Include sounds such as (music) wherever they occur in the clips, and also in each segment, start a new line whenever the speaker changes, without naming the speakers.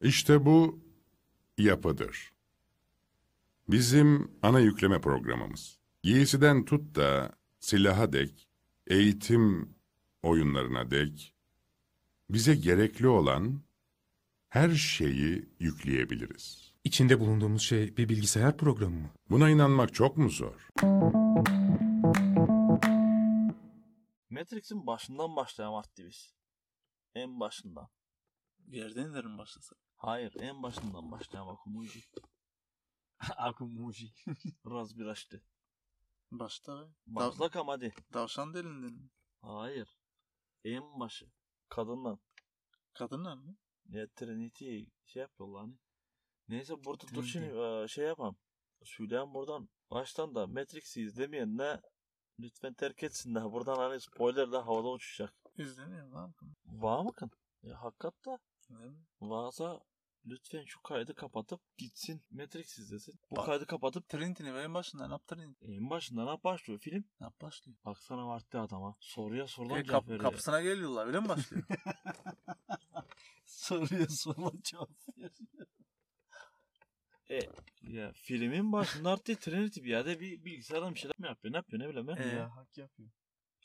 İşte bu yapıdır. Bizim ana yükleme programımız. Giysiden tut da silaha dek, eğitim oyunlarına dek bize gerekli olan her şeyi yükleyebiliriz.
İçinde bulunduğumuz şey bir bilgisayar programı mı?
Buna inanmak çok mu zor?
Matrix'in başından başlayalım artık biz. En başından.
Yerden inerim başlasa.
Hayır en başından başlayalım Akumuji.
Akım muji.
(laughs) Biraz bir açtı.
Başta be. Dav-
Başlak ama hadi.
Tavşan delinden mi?
Hayır. En başı. Kadından.
Kadınlar mı?
Ya Trinity şey yapıyorlar hani. Neyse burada dur
Trinity.
şimdi eee, şey yapalım. Söyleyen buradan. Baştan da Matrix'i izlemeyen ne lütfen terk etsinler. Buradan hani spoiler de havada uçacak.
İzlemiyorum lan.
Var mı kın? Ya hakikat da
Ne mi?
varsa lütfen şu kaydı kapatıp gitsin Matrix izlesin. Bu
Bak.
kaydı kapatıp
Trinity'ni ve en başından yap Trinity.
En başından ne başlıyor film?
Ne yap başlıyor?
Baksana vakti adama. Soruya sorulan
E,
cevap
kap-
veriyor.
kapısına geliyorlar öyle mi başlıyor?
(laughs) Soruya sorma cevap veriyor.
E, Ya filmin başında artık Trinity bir yerde bir bilgisayardan bir şeyler mi yapıyor? Ne yapıyor ne bileyim ben.
Ee?
Ya hak yapıyor.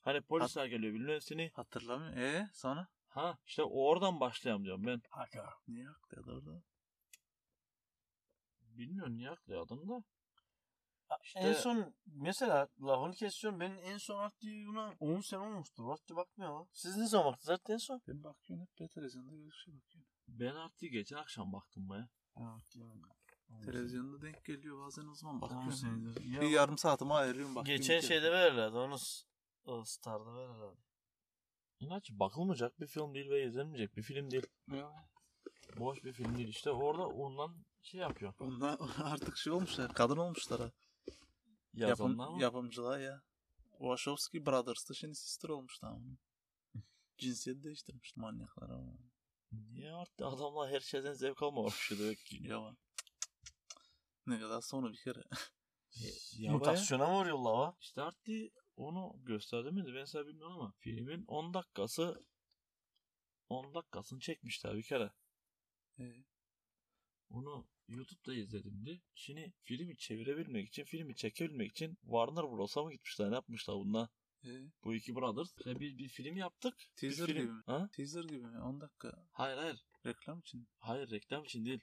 Hani polisler geliyor bilmem seni.
Hatırlamıyorum. E sonra?
Ha işte oradan başlayalım diyorum ben.
Hak ha.
Niye haklıydı orada?
Bilmiyorum niye haklı adam da. İşte
En son mesela lafını kesiyorum. Benim en son vakti buna 10 sene olmuştu. Vakti bakmıyor lan. Siz ne zaman baktınız zaten en son?
Ben bakıyorum hep böyle televizyonda böyle bir şey bakıyorum.
ben artık geçen akşam baktım be.
Televizyonda denk geliyor bazen o zaman
On
bakıyorum.
senedir.
Bir
Ya bak-
yarım saatimi ayırıyorum bakıyorum.
Geçen
bir kere.
şeyde verirlerdi. Onu s- o Star'da verirlerdi.
İnaç bakılmayacak bir film değil ve izlenmeyecek bir film değil.
Ya,
Boş bir film değil işte. Orada ondan şey yapıyor.
Onlar (laughs) artık şey olmuşlar. Kadın olmuşlar ha. Yapım,
Yazanlar mı?
yapımcılar ya. Wachowski Brothers'ta şimdi sister olmuş
(laughs)
tamam mı? Cinsiyet değiştirmiş manyaklar ama.
Niye artık adamlar her şeyden zevk almamış demek ki.
Ya bak. Ne kadar sonra bir kere. (laughs)
Ya be.
Mutasyona mı uğruyor lava?
İşte artık onu gösterdi miydi? Ben sana bilmiyorum ama filmin 10 dakikası 10 dakikasını çekmişler bir kere.
Ee,
Onu YouTube'da izledim de. Şimdi filmi çevirebilmek için, filmi çekebilmek için Warner Bros'a mı gitmişler? Ne yapmışlar bununla?
ee,
Bu iki brothers. İşte bir, bir film yaptık. Bir
Teaser
film-
gibi mi?
Ha?
teaser gibi mi? 10 dakika
Hayır hayır.
reklam için.
Hayır reklam için değil.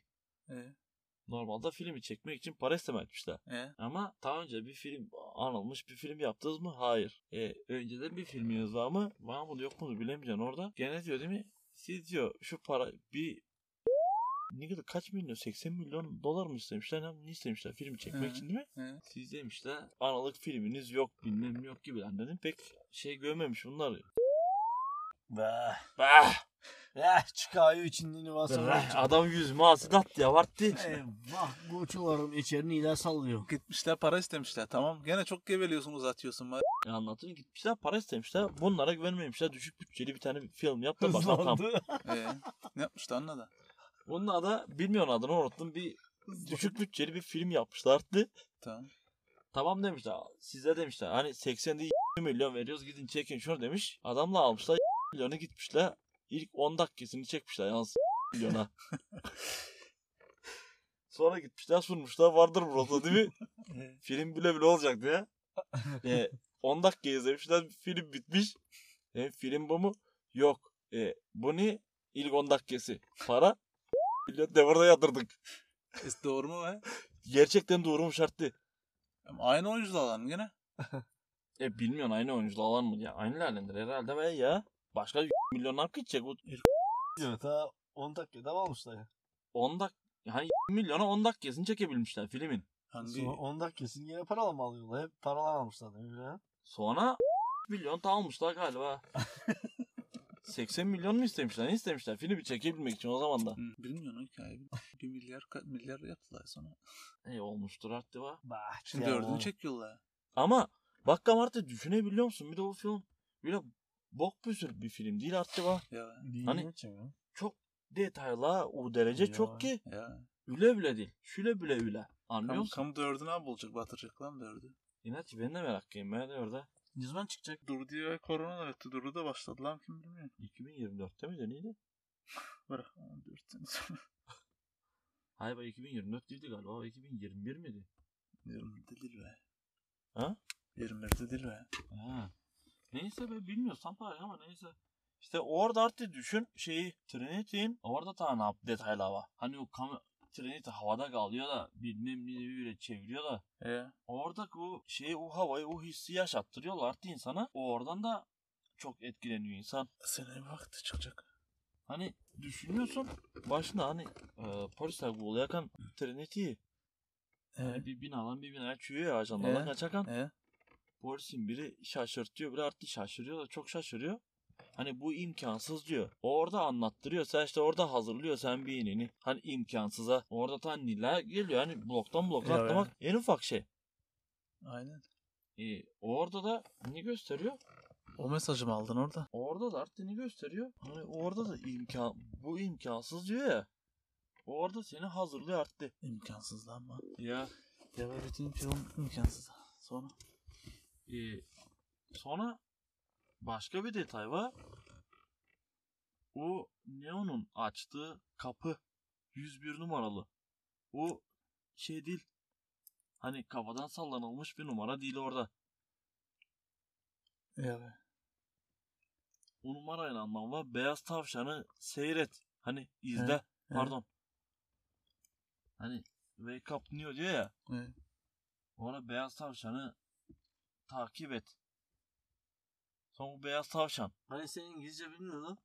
Ee,
Normalde filmi çekmek için para isteme etmişler.
ee,
Ama daha önce bir film anılmış bir film yaptınız mı? Hayır. E, önceden bir filminiz var mı? Var mı yok mu bilemeyeceksin orada. Gene diyor değil mi? Siz diyor şu para bir ne kadar kaç milyon 80 milyon dolar mı istemişler ne, ne istemişler filmi çekmek
Hı.
için değil mi?
ee.
Siz demişler analık filminiz yok bilmem ne yok gibi lan dedim pek şey görmemiş bunlar. Ah!
Bah.
Bah!
Ya çıkıyor içinden ivasa.
bah! Adam yüzüme asıdat diye varttı.
Eyvah koçularım içerini ila sallıyor.
Gitmişler para istemişler tamam. Gene çok geveliyorsun uzatıyorsun. Ma-
E anlatın gitmişler para istemişler. Bunlara güvenmemişler. Düşük bütçeli bir tane film yaptı. Bak tam.
(laughs) Hızlandı.
Ee,
(laughs)
ne yapmıştı anla da.
Bunun adı bilmiyorum adını unuttum. Bir düşük bütçeli bir film yapmışlardı.
Tamam.
Tamam demişler. Size demişler. Hani 80 değil, 20 milyon veriyoruz gidin çekin şunu demiş. Adamla almışlar milyonu gitmişler. İlk 10 dakikasını çekmişler yalnız milyona. Sonra gitmişler sunmuşlar vardır burada değil mi? film bile bile olacak diye. E, 10 dakika izlemişler film bitmiş. E, film bu mu? Yok. E, bu ne? İlk 10 dakikası. Para. (laughs) Milyon devrede yatırdık.
Es E, doğru mu be?
Gerçekten doğru mu şarttı?
Ama Aynı oyuncular lan gene.
E bilmiyorsun aynı oyuncu alan mı? Ya aynı lalendir herhalde be ya. Başka milyon hak gidecek. Bu
Diyor ta 10 dakika devam almışlar ya.
10 dak hani milyona 10 dakikasını çekebilmişler filmin.
Hangi?
Sonra 10 dakikasını yine paralı mı alıyorlar? Hep paralar almışlar değil mi? ya?
Sonra milyon da almışlar galiba. 80 milyon mu istemişler? Ne istemişler? Filmi çekebilmek için o zaman da.
Hı, Bilmiyorum o hikayeyi. Bir milyar, ka- milyar yaptılar sonra.
E olmuştur artık var.
Bah.
Şimdi
ya.
dördünü çekiyorlar.
Ama bakkam artık düşünebiliyor musun? Bir de bu film böyle bok büsür bir film değil artık var.
Ya
Değil
Hani-
mi canım?
Detayla o derece
Ya.
çok ki
ya.
üle bile değil. Şüle bile üle. Anlıyor
Kamu,
musun?
kamu dördünü abi bulacak batıracak lan dördü.
İnaç ben de meraklıyım. Ben de orada
Ne zaman çıkacak?
Dur diye korona da öttü. Duru da başladı lan kim bilmiyor.
2024'te miydi neydi?
Bırak lan dört sene sonra. (laughs)
Hayır bu 2024 değildi galiba. O 2021 miydi?
21'de değil be.
Ha?
21'de değil be.
Ha. Neyse be bilmiyorsam tabii ama neyse. İşte orada artık düşün şeyi Trinity'in orada tane hap- detaylı hava. Hani o kam Trinity havada kalıyor da bilmem ne böyle çeviriyor da.
E
Orada o şeyi o havayı o hissi yaşattırıyorlar artık insana. O oradan da çok etkileniyor insan.
seneye vakti çıkacak.
Hani düşünüyorsun başına hani e, polisler bu yakan Trinity'yi
E
hani bir binadan bir binaya çürüyor ya ajanlardan
Ee?
kaçakan.
e
Polisin biri şaşırtıyor. Biri artık şaşırıyor da çok şaşırıyor. Hani bu imkansız diyor. O Orada anlattırıyor. Sen işte orada hazırlıyor sen beynini. Hani imkansıza. Orada tan Nilay geliyor. Hani bloktan bloka
Evet.
atlamak en ufak şey.
aynen.
Ee, orada da ne gösteriyor?
O mesajı mı aldın orada?
Orada da arttığını gösteriyor. Hani orada da imkan bu imkansız diyor ya. Orada seni hazırlıyor arttı.
İmkansız lan bu.
Ya
Ya be bütün film imkansız. Sonra.
e, sonra başka bir detay var. O Neon'un açtığı kapı 101 numaralı. O şey değil. Hani kafadan sallanılmış bir numara değil orada.
Ya be.
O numarayla anlam var. Beyaz tavşanı seyret. Hani izle.
he.
Pardon. Hani Wake Up New diyor ya.
Evet.
Orada beyaz tavşanı takip et. Sonra bu beyaz tavşan.
Hani sen İngilizce bilmiyordun.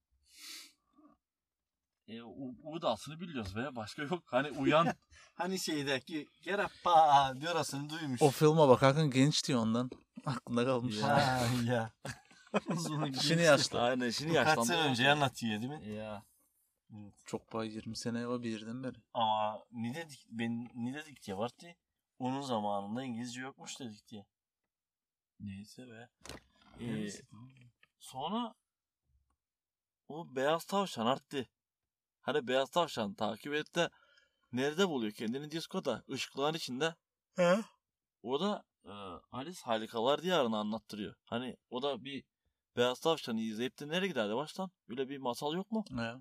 E, U, U da aslını biliyoruz be. Başka yok. Hani uyan. (laughs)
Hani şeydeki gerappa diyorasını duymuş.
O filme bakarken genç diyor ondan. Aklında kalmış.
(laughs) Ha ya.
(laughs) (laughs) Şimdi (laughs) yaşlı.
Aynen şimdi
Kaç
yaşlandı.
sene önce anlatıyor değil mi?
Ya.
Çok bay 20 sene o birden beri.
Ama ne dedik, ben ne dedik diye vardı. Onun zamanında İngilizce yokmuş dedik diye.
Neyse be. E, sonra o beyaz tavşan arttı. Hani beyaz tavşan takip et de nerede buluyor kendini diskoda? Işıkların içinde.
He?
O da e, Alice Halikalar Diyarı'nı anlattırıyor. Hani o da bir Beyaz Tavşan'ı izleyip de nereye giderdi baştan? Böyle bir masal yok mu?
He.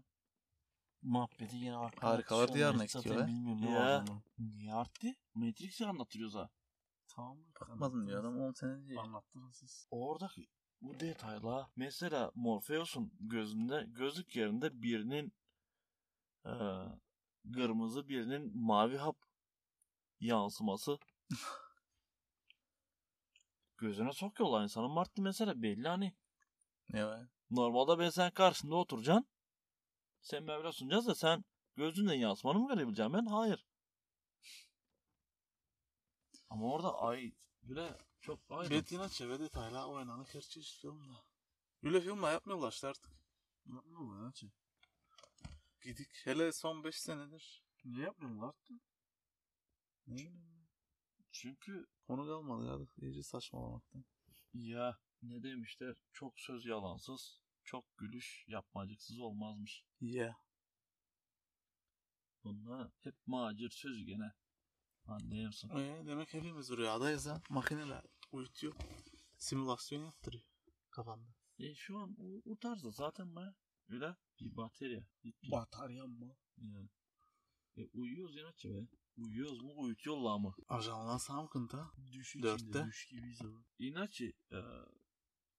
Muhabbeti yine var.
Harikalar
Sonra
diyarına
hiç
gidiyor
zaten
be.
Bilmiyorum ne
Ya.
var bunun.
Niye arttı? Matrix'i anlatıyoruz ha.
Tamam.
Bakmadın diyor adam 10 sene diyor.
Anlattınız siz.
Oradaki bu detayla mesela Morpheus'un gözünde gözlük yerinde birinin e, kırmızı birinin mavi hap yansıması gözüne sokuyorlar insanın Mart'ı mesela belli hani
Ya be.
Normalde ben sen karşında oturacaksın. Sen Mevla sunacağız da sen gözünden yansımanı mı görebileceğim ben? Hayır. Ama orada ay bile çok ay.
Bet yine çevre detayla oynanı her çeşit filmde. Öyle film de yapmıyorlar işte artık.
Ne yapmıyorlar lan
şey.
ki?
Gidik. Hele son 5 senedir.
Ne yapmıyorlar artık?
Ne bileyim.
Çünkü
Konu kalmadı ya. İyice saçmalamaktan.
ya ne demişler? Çok söz yalansız, çok gülüş yapmacıksız olmazmış.
Ya.
Bunlar hep macir sözü gene. Anlayamsın.
Ee, demek hepimiz rüyadayız ha. Makineler uyutuyor. Simülasyon yaptırıyor kafanda.
E şu an o, o tarzda zaten ben öyle bir batarya. Bir pil.
Batarya mı?
Yani. E uyuyoruz inatçı be. Uyuyoruz mu uyutuyorlar mı?
Ajanlar Samkın'da.
Düş
içinde, Dörtte.
düş gibiyiz ama.
İnatçı e,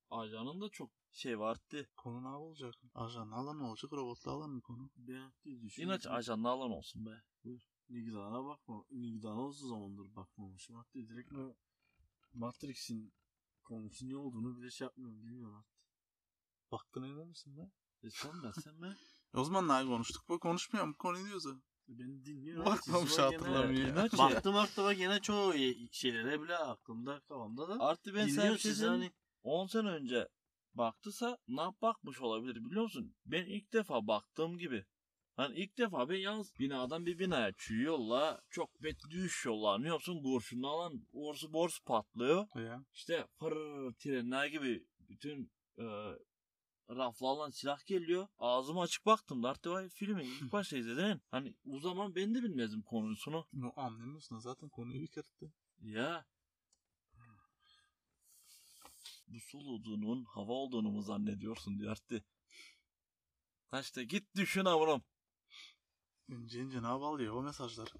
ajanın da çok şey vardı.
Konu ne olacak? Ajanlarla ne olacak? Robotlarla mı konu?
Beğendi düş.
İnatçı ajanla alan olsun be.
Nigdan'a bakma. Nigdan'a uzun zamandır bakmamışım. Hatta direkt mi Matrix'in konusu ne olduğunu bile şey yapmıyorum. Bilmiyorum artık.
Baktın emin misin be?
E sen be sen be.
E o zaman ne konuştuk? Bu konuşmuyor mu? Konu diyoruz ya.
Beni dinliyor.
Bakmamış,
Siz var gene-
hatırlamıyor.
İnatçı.
Baktım aklıma gene çoğu ye- şeylere bile aklımda kafamda da.
Artı ben sen
Dinliyorum
bir şey
sizi
söyleyeyim.
hani.
10 sene önce baktıysa ne yap- bakmış olabilir biliyor musun? Ben ilk defa baktığım gibi. Hani ilk defa ben yalnız binadan bir binaya çüğüyorlar. Çok bet düşüyorlar. Ne yapsın kurşunla alan orsu borsu patlıyor.
Ya.
İşte fırr trenler gibi bütün e, raflarla silah geliyor. Ağzımı açık baktım da artık vay filmin ilk başta izledin. Hani o zaman ben de bilmezdim konusunu.
No, anlamıyorsun zaten konuyu bir kırdı.
Ya. Bu soluduğunun hava olduğunu mu zannediyorsun diyor artık. Ha işte git düşün avrum.
İnce ince ne bağlıyor o mesajlar.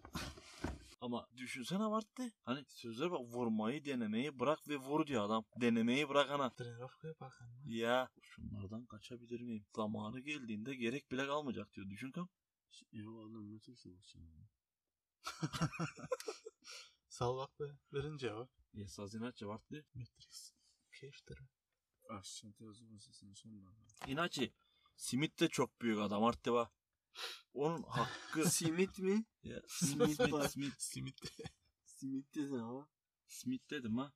Ama düşünsene vardı. Hani sözler bak vurmayı denemeyi bırak ve vur diyor adam. Denemeyi bırak ana.
Trenofka'ya bakın.
Ya şunlardan kaçabilir miyim? Zamanı geldiğinde gerek bile kalmayacak diyor. Düşün kam.
Yok adam ne tür savaşçı.
Sal bak be. Verin cevap.
Esas inatçı vardı.
Matrix. Keyiftir.
Aşçı Teozu Masası'nın son bölümü.
İnatçı. Simit de çok büyük adam arttı va. Onun
(laughs)
hakkı.
Simit mi?
ya, simit, simit, simit,
Simit.
Simit dedin ama.
simit dedim ha.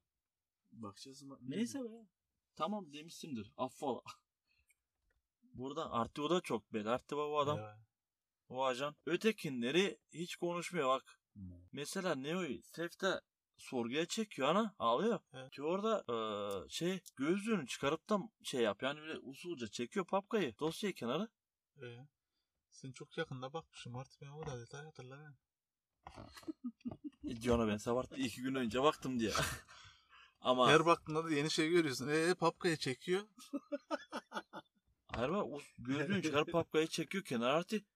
Bakacağız bak.
Neyse be. Tamam demişsindir. Affola. (laughs) Burada Artio da çok bel. Artio bu adam.
Ya.
O ajan. Ötekinleri hiç konuşmuyor bak.
Hmm.
Mesela Neo'yu Sef'te sorguya çekiyor ana ağlıyor.
He.
Diyor orada eee, şey gözlüğünü çıkarıp da şey yap yani böyle usulca çekiyor papkayı dosyayı kenara.
Ee, sen çok yakında bakmışım artık ben o da detay hatırlamıyorum.
(laughs) E, diyor ona ben sabah iki gün önce baktım
(laughs)
diye. Ama
Her baktığında da yeni şey görüyorsun. Ee papkaya çekiyor.
Hayır bak o gözlüğünü çıkarıp papkayı çekiyor kenara artık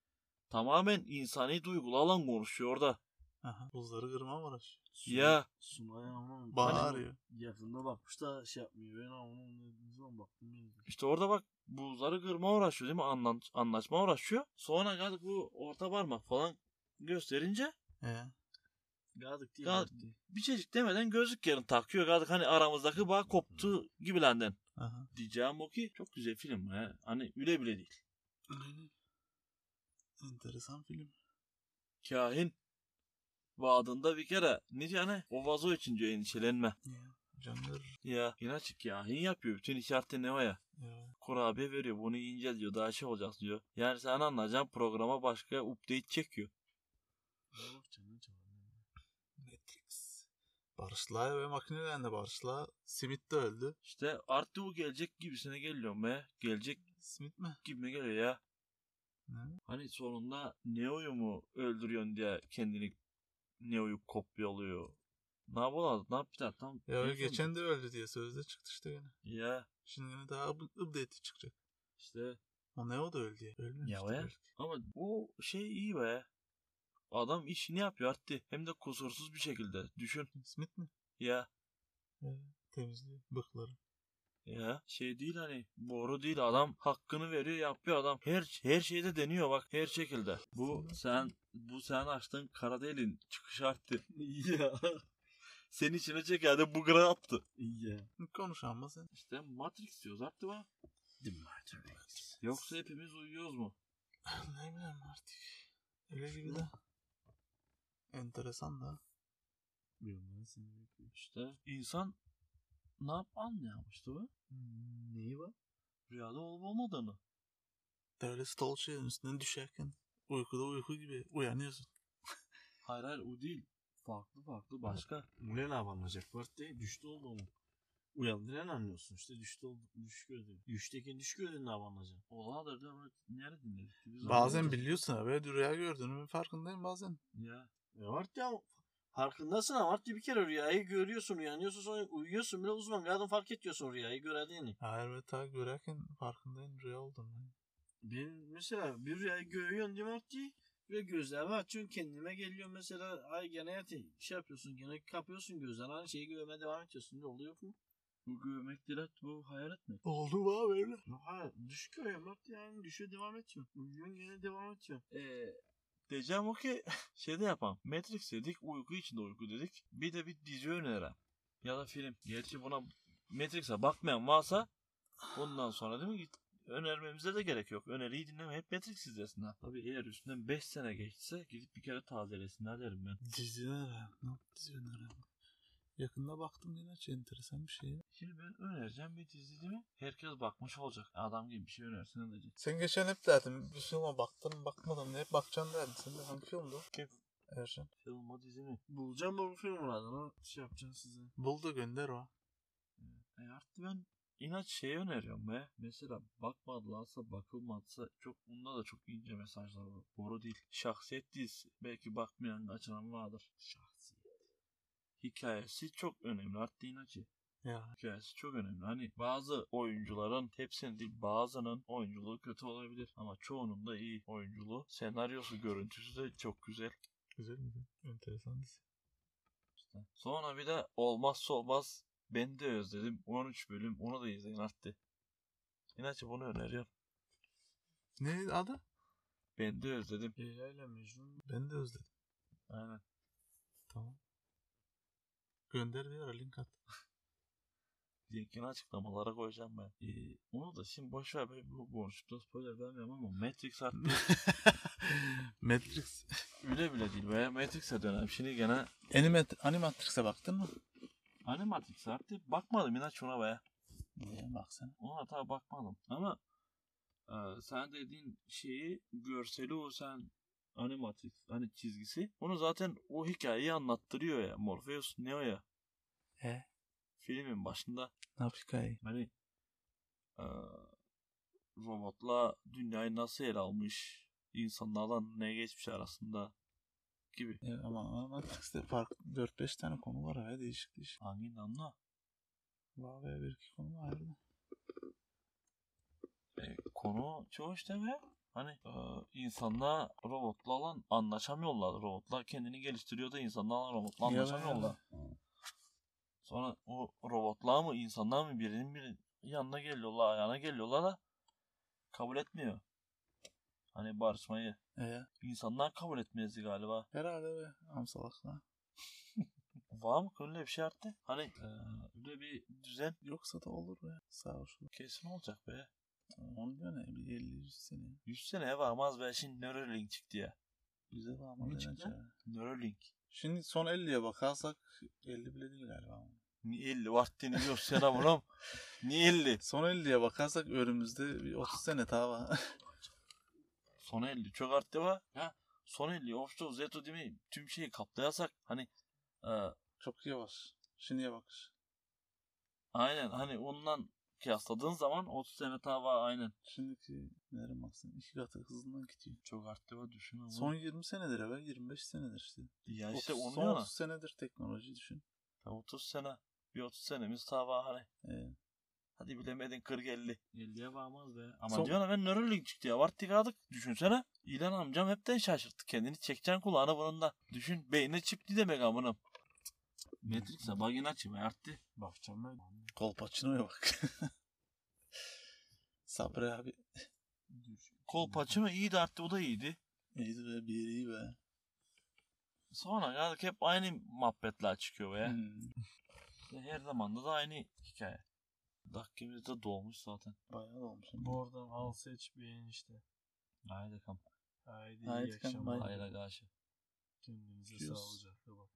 tamamen insani duygulu alan konuşuyor orada.
Aha. Buzları kırma var.
Ya
Sunay ama.
Bağırıyor.
Yakında bakmış da şey yapmıyor. Ben ama onun dediği zaman baktım. ya.
İşte orada bak buzları kırma uğraşıyor değil mi? Anlan- anlaşma uğraşıyor. Sonra geldik bu orta parmak falan gösterince
Ee,
Gadık diye.
Gadık.
baktı.
bir çeşit demeden gözlük yerini takıyor. Geldik hani aramızdaki bağ koptu gibilenden.
aha.
Diyeceğim o ki çok güzel film. He. Hani üle bile değil.
Aynen. Enteresan film.
Kahin vaadında bir kere ne diyor hani o vazo için diyor endişelenme.
Ya. Canlar.
Ya inatçı kahin yapıyor bütün işareti ne o ya.
Ya.
Kurabiye veriyor bunu yiyince diyor daha şey olacak diyor. Yani sen anlayacağın programa başka update çekiyor.
Ne bakacağım ne çabuk.
Matrix. Barışla ve makinelerle Barışla. Simit de öldü.
İşte artık bu gelecek gibisine geliyor be. Gelecek
Simit mi?
gibime geliyor ya.
Ne?
Hani sonunda Neo'yu mu öldürüyorsun diye kendini Neo'yu kopyalıyor. Ne yapalım? Ne yapacak? Tam
Ya o
en son-
geçen de öldü diye sözde çıktı işte yine.
Ya
Şimdi yine daha up- update'i çıkacak.
işte
O ne o da öldü ya. Ölmemişti.
Ya be.
belki.
ama o şey iyi be. Adam işini yapıyor artık. Hem de kusursuz bir şekilde. Düşün.
Smith mi?
Ya
Temizliyor bıkları.
ya şey değil hani boru değil adam hakkını veriyor yapıyor adam her her şeyde deniyor bak her şekilde bu sen bu sen açtığın kara delin çıkış (laughs) arttı
Ya.
senin içine çekerdi bu gıra attı
Ya.
Konuş ama sen.
İşte Matrix diyoruz artık mı?
The Matrix.
Yoksa hepimiz uyuyoruz mu?
ne bileyim artık. Öyle gibi de. Enteresan da.
Bilmiyorum ben seni bekliyorum.
İşte insan ne yap anlayamamıştı bu?
Hmm, Neyi var?
Rüyada olup olmadığını.
Böyle stol şeyin üstünden düşerken. Uykuda uyku gibi uyanıyorsun.
Hayır hayır o değil. Farklı farklı başka.
Ne ne yapamayacak? Parti düştü oldu mu? Uyandıran anlıyorsun işte düştü oldu. Düş gördün. Düşteki düş gördün ne yapamayacak?
Oladır da böyle nerede dinledik? ki biz
Bazen
anlamadık.
biliyorsun abi. Rüya gördüğünü farkındayım bazen.
Ya.
Ya Mart ya farkındasın ama Mart bir kere rüyayı görüyorsun uyanıyorsun sonra uyuyorsun bile uzman kadın fark ediyorsun rüyayı görediğini.
Hayır ve ta görerken farkındayım rüya olduğunu.
Ben mesela bir rüyayı görüyorsun değil mi Mart diye ve gözlerimi açıyorsun kendime geliyor mesela ay gene yat şey yapıyorsun gene kapıyorsun gözlerini aynı şeyi görmeye devam ediyorsun ne oluyor mu?
Bu gövmek değil artık, bu hayal etmek.
Oldu mu abi öyle?
Ha düş görüyor Mart yani düşe devam ediyorsun uyuyorsun gene devam ediyorsun.
Eee. Diyeceğim o ki (laughs) şey de yapalım. Matrix dedik uyku içinde uyku dedik. Bir de bir dizi önerem. Ya da film. Gerçi buna Matrix'e bakmayan varsa bundan sonra değil mi git önermemize de gerek yok. Öneriyi dinleme hep Matrix izlesinler. Tabii eğer üstünden 5 sene geçse gidip bir kere tazelesinler derim ben.
Dizi önemli. Ne yap- Dizi önemli. Yakında baktım yine çok enteresan bir şey.
Şimdi ben önereceğim bir dizi değil mi? Herkes bakmış olacak. Adam gibi bir şey önersin ölecek.
Sen geçen hep derdin bir filme baktın mı, bakmadın mı hep bakacaksın derdin. Sen de hangi filmdi o?
Kim?
Ercan.
Film o dizi mi?
Bulacağım bu filmlerden şey yapacağım size.
Bul da gönder o.
E artık ben inat şey öneriyorum be. Mesela bakmadılarsa bakılmazsa çok bunda da çok ince mesajlar var. Boru değil. Şahsiyet dizisi. Belki bakmayan kaçıran vardır. Şahsiyet. Hikayesi çok önemli. Artık inatçı.
Ya.
hikayesi çok önemli. Hani bazı oyuncuların hepsinin değil bazının oyunculuğu kötü olabilir ama çoğunun da iyi oyunculuğu. Senaryosu görüntüsü de çok güzel.
Güzel mi? Enteresan dizi.
İşte. Sonra bir de olmazsa olmaz ben de özledim 13 bölüm onu da izleyin arttı. İnaçı bunu öneriyorum.
Ne adı?
Ben de özledim.
Leyla ile Mecnun.
Ben de özledim.
Aynen.
Tamam. Gönder bir ara link at.
Linkini açıklamalara koyacağım ben. Ee, onu da şimdi boşver ben bu konuşup da spoiler vermiyorum ama Matrix artık
Matrix.
öyle bile değil veya Matrix'e dönelim. Şimdi gene
Animat Animatrix'e baktın mı?
hani Matrix artık bakmadım İnaç ona be.
Niye baksana.
Ona daha bakmadım ama e, sen dediğin şeyi görseli o sen animatik hani çizgisi onu zaten o hikayeyi anlattırıyor ya Morpheus Neo'ya E,
He?
filmin başında
Ne yapıyor hikayeyi?
Hani eee, robotla dünyayı nasıl ele almış, insanlarla ne geçmiş arasında gibi.
E, ama Matrix'te fark 4-5 tane konu var ha değişik değişik.
Hangi anla?
Vay be bir iki konu var. ya.
E, konu çoğu işte ve hani eee, insanlar robotla olan anlaşamıyorlar. Robotlar kendini geliştiriyor da insanlarla robotla
Ya,
anlaşamıyorlar. Sonra o robotlar mı insanlar mı birinin bir yanına geliyorlar, ayağına geliyorlar da kabul etmiyor. Hani barışmayı.
E,
insanlar kabul etmezdi galiba.
herhalde be. Amsalakla.
Var mı öyle bir şey arttı? Hani eee, öyle bir düzen
Yoksa da olur be. Sağ ol şu.
kesin olacak be.
Onu diyor ne? Bir 50 sene.
100 seneye varmaz be şimdi Neuralink çıktı ya.
Bize
Ne
bağlamadı
çıktı?
bence.
Neuralink.
Şimdi son 50'ye bakarsak 50 bile değil galiba.
Niye 50 vaktini görsene
(laughs)
buram. Niye 50?
Son 50'ye bakarsak önümüzde bir 30 sene daha var. (laughs)
Son 50 çok arttı be. Ha? Son 50 offshore Zeto değil mi? Tüm şeyi kaplayasak hani eee,
Çok yavaş. Şimdiye bakış.
aynen hani ondan kıyasladığın zaman 30 sene daha var aynen.
Şimdiki nere maksimum? İki katı hızından gidiyor.
Çok arttı be düşün ama.
Son 20 senedir eve 25 senedir işte.
ya işte
30
onu
son
diyor
30 senedir teknoloji düşün.
ya. 30 sene. Bir 30 senemiz daha var hani.
Ee,
Hadi bilemedin 40 50. 50'ye bağmaz be. Ama
Son-
diyor ben Neuralink çıktı ya. Varttık aldık. Düşünsene. İlan amcam hepten şaşırttı. Kendini çekeceksin kulağına bunun da. Düşün beynine çipli demek amınım. Matrix'e bagin açım arttı.
Bakacağım ben.
Kolpaçino'ya bak. (laughs) Sabri abi.
Kol paçı mı iyiydi arttı o da iyiydi.
İyiydi be bir iyi be.
Sonra geldik hep aynı muhabbetler çıkıyor be.
Hmm,
Her zaman da, da aynı hikaye. Dakikamız da dolmuş zaten.
bayağı da olmuş.
Bu oradan al seç beğen işte.
Haydi kam.
Haydi
Haydi
iyi
kan,
akşamlar.
bay.
Hayra karşı.
Kendinize
Cheers.
sağlıcakla bakın.